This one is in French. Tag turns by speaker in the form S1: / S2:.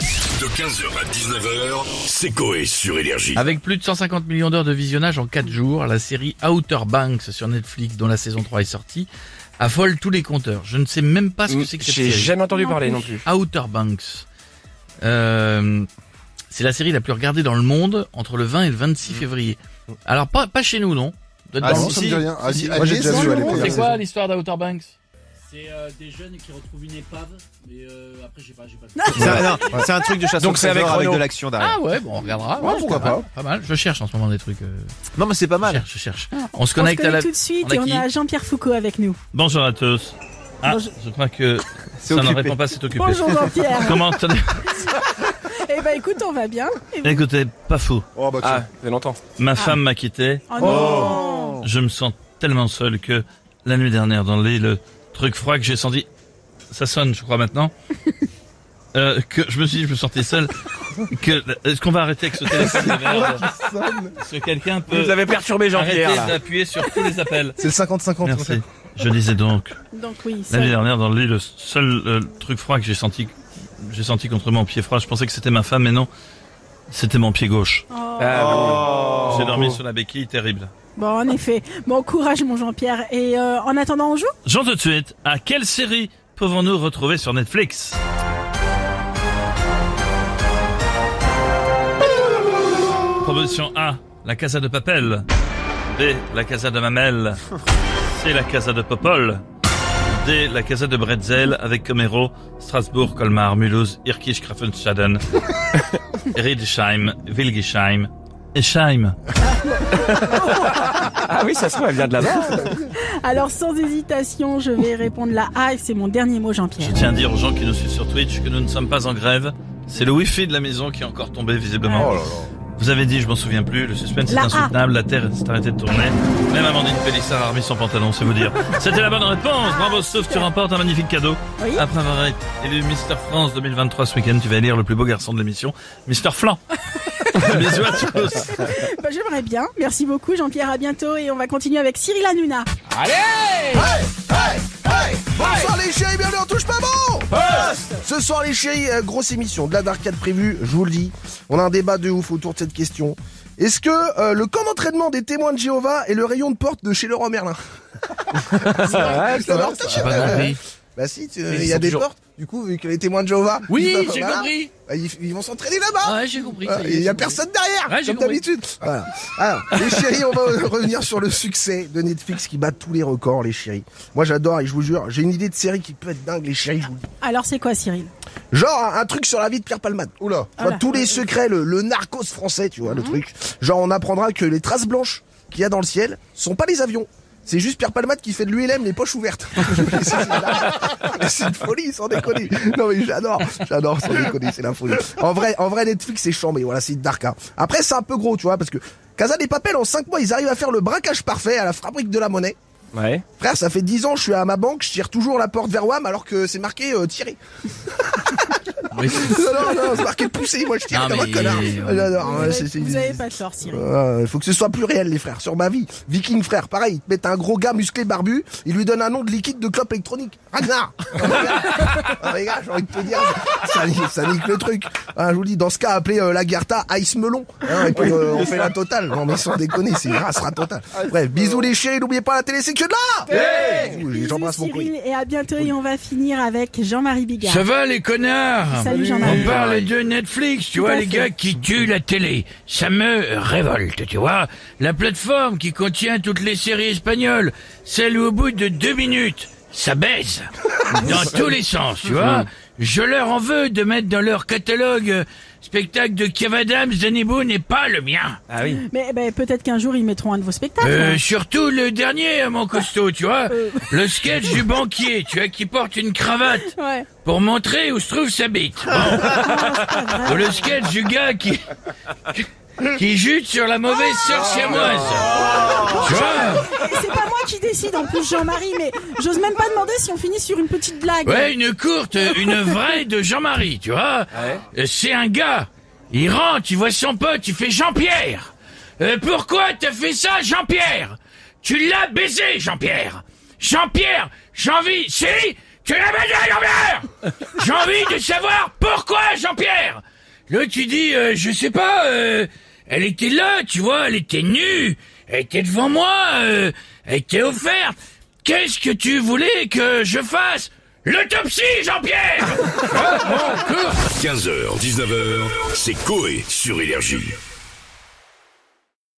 S1: De 15h à 19h, c'est Coé sur Énergie.
S2: Avec plus de 150 millions d'heures de visionnage en 4 jours, la série Outer Banks sur Netflix, dont la saison 3 est sortie, affole tous les compteurs. Je ne sais même pas ce que c'est que cette
S3: J'ai
S2: série.
S3: jamais entendu
S4: Non
S3: parler
S4: plus.
S3: non plus.
S2: Outer Banks. Euh, c'est la série la plus regardée dans le monde entre le 20 et le 26 février. Alors pas, pas chez nous, non Doit être
S5: Bah,
S6: Ah
S2: dans
S6: non,
S2: le-
S6: ça
S2: Si.
S6: me dit rien. Ah,
S7: si,
S6: si,
S7: à
S6: moi j'ai déjà
S7: Disney,
S6: vu à
S7: non,
S6: l'époque.
S2: C'est quoi l'histoire d'Outer Banks
S8: C'est euh, des jeunes qui retrouvent une épave, mais euh, après, je sais pas, j'ai pas de.
S7: C'est un, non, c'est un truc de chasse
S3: Donc
S7: au
S3: c'est avec
S7: trésor avec,
S3: Renaud.
S7: de l'action derrière.
S2: Ah ouais, bon, on regardera.
S6: Ouais, pourquoi
S2: pas,
S6: pas.
S2: mal, pas mal. Je cherche en ce moment des trucs. euh,
S7: Non mais c'est pas
S2: je
S7: mal.
S2: cherche, je cherche.
S4: Alors,
S2: On se connecte à la-
S4: tout de suite
S2: on a
S4: et on
S2: qui
S4: a Jean-Pierre Foucault avec nous.
S5: Bonjour à tous. Ah,
S4: Bonjour.
S5: je crois que
S7: C'est
S5: ça ne
S7: occupé.
S5: répond pas, c'est occupé.
S4: Bonjour Jean-Pierre.
S5: Comment ça-
S4: eh ben écoute, on va bien.
S2: Eh
S4: Et vous-
S5: Écoutez, pas fou.
S6: Oh bah
S3: Ah,
S6: tiens.
S3: ça fait longtemps.
S5: Ma femme m'a quitté.
S4: Oh non.
S5: Je me sens tellement seul que la nuit dernière dans le lit, le truc froid que j'ai senti, ça sonne, je crois maintenant. Euh, que je me suis, dit, je me sentais seul. Que est-ce qu'on va arrêter avec ce téléphone de merde Est-ce que quelqu'un
S3: Vous nous
S5: peut
S3: avez perturbé Jean-Pierre
S5: arrêter
S3: là.
S5: d'appuyer sur tous les appels
S6: C'est le 50-50. en fait.
S5: Merci. Je disais donc
S4: Donc oui, ça-
S5: L'année dernière, dans le lit, le seul euh, truc froid que j'ai senti, j'ai senti contre mon pied froid, je pensais que c'était ma femme, mais non, c'était mon pied gauche.
S4: Oh.
S2: Euh.
S3: Ah,
S5: J'ai dormi sur la béquille, terrible.
S4: Bon, en effet. Bon courage mon Jean-Pierre. Et euh, en attendant, on joue
S5: Jean, tout de suite, à quelle série pouvons-nous retrouver sur Netflix Proposition A, la Casa de Papel. B, la Casa de Mamel. C, la Casa de Popol. D, la Casa de Bretzel avec comme héros Strasbourg, Colmar, Mulhouse, Irkisch, Grafenstaden, Riedesheim, Wilgesheim, Eschheim.
S3: Ah oui, ça se trouve, elle vient de là-bas.
S4: Alors sans hésitation, je vais répondre la A et c'est mon dernier mot
S5: Je
S4: Jean-Pierre.
S5: tiens à dire aux gens qui nous suivent sur Twitch que nous ne sommes pas en grève. C'est le wifi de la maison qui est encore tombé
S2: Ah.
S5: visiblement.
S6: Oh là là.
S5: Vous avez dit, je m'en souviens plus, le suspense
S4: La
S5: est
S4: A.
S5: insoutenable, la terre s'est arrêtée de tourner. Même Amandine Pélissard a remis son pantalon, c'est vous dire. C'était la bonne réponse. Bravo, sauf tu remportes un magnifique cadeau.
S4: Oui.
S5: Après avoir été élu Mister France 2023 ce week-end, tu vas élire le plus beau garçon de l'émission, Mister Flan. Bisous à tous.
S4: Bah, J'aimerais bien. Merci beaucoup Jean-Pierre. À bientôt et on va continuer avec Cyril Hanouna.
S6: Bonsoir les chéris, bienvenue, on touche pas bon Ce soir les chéris, euh, grosse émission, de la d'arcade prévue, je vous le dis. On a un débat de ouf autour de cette question. Est-ce que euh, le camp d'entraînement des témoins de Jéhovah est le rayon de porte de chez Leroy Merlin
S3: Ouais, c'est vrai.
S6: ça.
S2: J'ai pas compris.
S6: Bah si, tu-
S3: ils
S6: il y a
S3: sont
S6: des
S3: toujours-
S6: portes. Du coup, vu que les témoins de Jéhovah...
S2: Oui,
S6: ils-
S2: j'ai
S6: voilà,
S2: compris.
S6: bah, Ils, ils vont s'entraîner là-bas
S2: Ah ouais, j'ai compris. ça
S6: Ah,
S2: y est,
S6: Il y
S2: j'ai
S6: a
S2: compris.
S6: personne derrière,
S2: Ouais, j'ai
S6: comme
S2: compris. Ah.
S6: d'habitude. Voilà. Alors, les chéris, on va revenir sur le succès de Netflix qui bat tous les records, les chéris. Moi, j'adore et je vous jure, j'ai une idée de série qui peut être dingue, les chéris. Je vous... le dis.
S4: Alors c'est quoi Cyril
S6: Genre un, un truc sur la vie de Pierre Palmade. Oula.
S4: Ah là.
S6: tous les secrets, le, le narcos français, tu vois, le truc. Genre, on apprendra que les traces blanches qu'il y a dans le ciel sont pas les avions. C'est juste Pierre Palmade qui fait de l'ULM les poches ouvertes. Mais c'est- c'est la- mais c'est une folie, sans déconner. Non mais j'adore, j'adore, sans déconner, c'est la folie. En vrai, en vrai Netflix c'est chiant, mais voilà, c'est dark. hein. Après c'est un peu gros, tu vois, parce que Casa des Papel en 5 mois, ils arrivent à faire le braquage parfait à la fabrique de la monnaie.
S3: Ouais.
S6: Frère, ça fait 10 ans, je suis à ma banque, je tire toujours la porte vers WAM alors que c'est marqué euh, tirer.
S2: Oui.
S6: non, non, non, c'est marqué pousser, moi je tire
S2: Non,
S6: comme un
S2: mais-
S6: connard.
S2: ouais.
S6: J'adore,
S4: Vous
S6: ouais,
S4: avez-
S6: c'est- c'est-
S4: Vous avez pas tort Cyril.
S6: euh, faut que ce soit plus réel, les frères, sur ma vie. Viking, frère, pareil, ils te mettent un gros gars musclé barbu, ils lui donnent un nom de liquide de clope électronique. Ragnar Non, mais regarde, non, mais regarde, j'ai envie de te dire, ça, nique- ça nique le truc. Hein, je vous dis, dans ce cas, appelez euh, la Garta Ice Melon. Hein, et puis euh, on fait la totale. Non, mais sans déconner, c'est une race, la totale.
S4: Ah,
S6: Bref, bisous les chéris, n'oubliez pas la télé, c'est que de là Bisous, J'embrasse mon
S4: Bisous,
S6: couille.
S4: Cyril et à bientôt et on va finir avec Jean-Marie Bigard.
S2: Ça va les connards
S4: Salut Jean-Marie.
S2: On parle de Netflix, tu
S4: Tout
S2: vois,
S4: à
S2: les
S4: fait.
S2: gars qui tuent la télé. Ça me révolte, tu vois. La plateforme qui contient toutes les séries espagnoles, celle où au bout de deux minutes, ça baise. Dans tous les sens, tu vois. Je leur en veux de mettre dans leur catalogue euh, spectacle de Kev Adams, Danny Boone et pas le mien.
S3: Ah oui.
S4: Mais ben, peut-être qu'un jour ils mettront un de vos spectacles.
S2: Euh, surtout le dernier, euh, mon costaud, tu vois.
S4: Euh.
S2: Le sketch du banquier, tu vois, qui porte une cravate
S4: Ouais.
S2: pour montrer où se trouve sa bite. Bon. Ou le sketch du gars qui qui jute sur la mauvaise sœur siamoise. Tu vois
S4: Et C'est pas moi qui décide en plus Jean-Marie, mais j'ose même pas demander si on finit sur une petite blague.
S2: Ouais, une courte, une vraie de Jean-Marie, tu vois Euh, C'est un gars, il rentre, il voit son pote, il fait Jean-Pierre Euh, Pourquoi t'as fait ça, Jean-Pierre Tu l'as baisé, Jean-Pierre Jean-Pierre, j'ai envie... Si Tu l'as baisé, Jean-Pierre J'ai envie de savoir pourquoi, Jean-Pierre L'autre, tu dis, euh, je sais pas, euh, elle était là, tu vois, elle était nue, elle était devant moi, euh, elle était offerte. Qu'est-ce que tu voulais que je fasse L'autopsie, Jean-Pierre
S1: 15h, 19h, c'est Coé sur Énergie.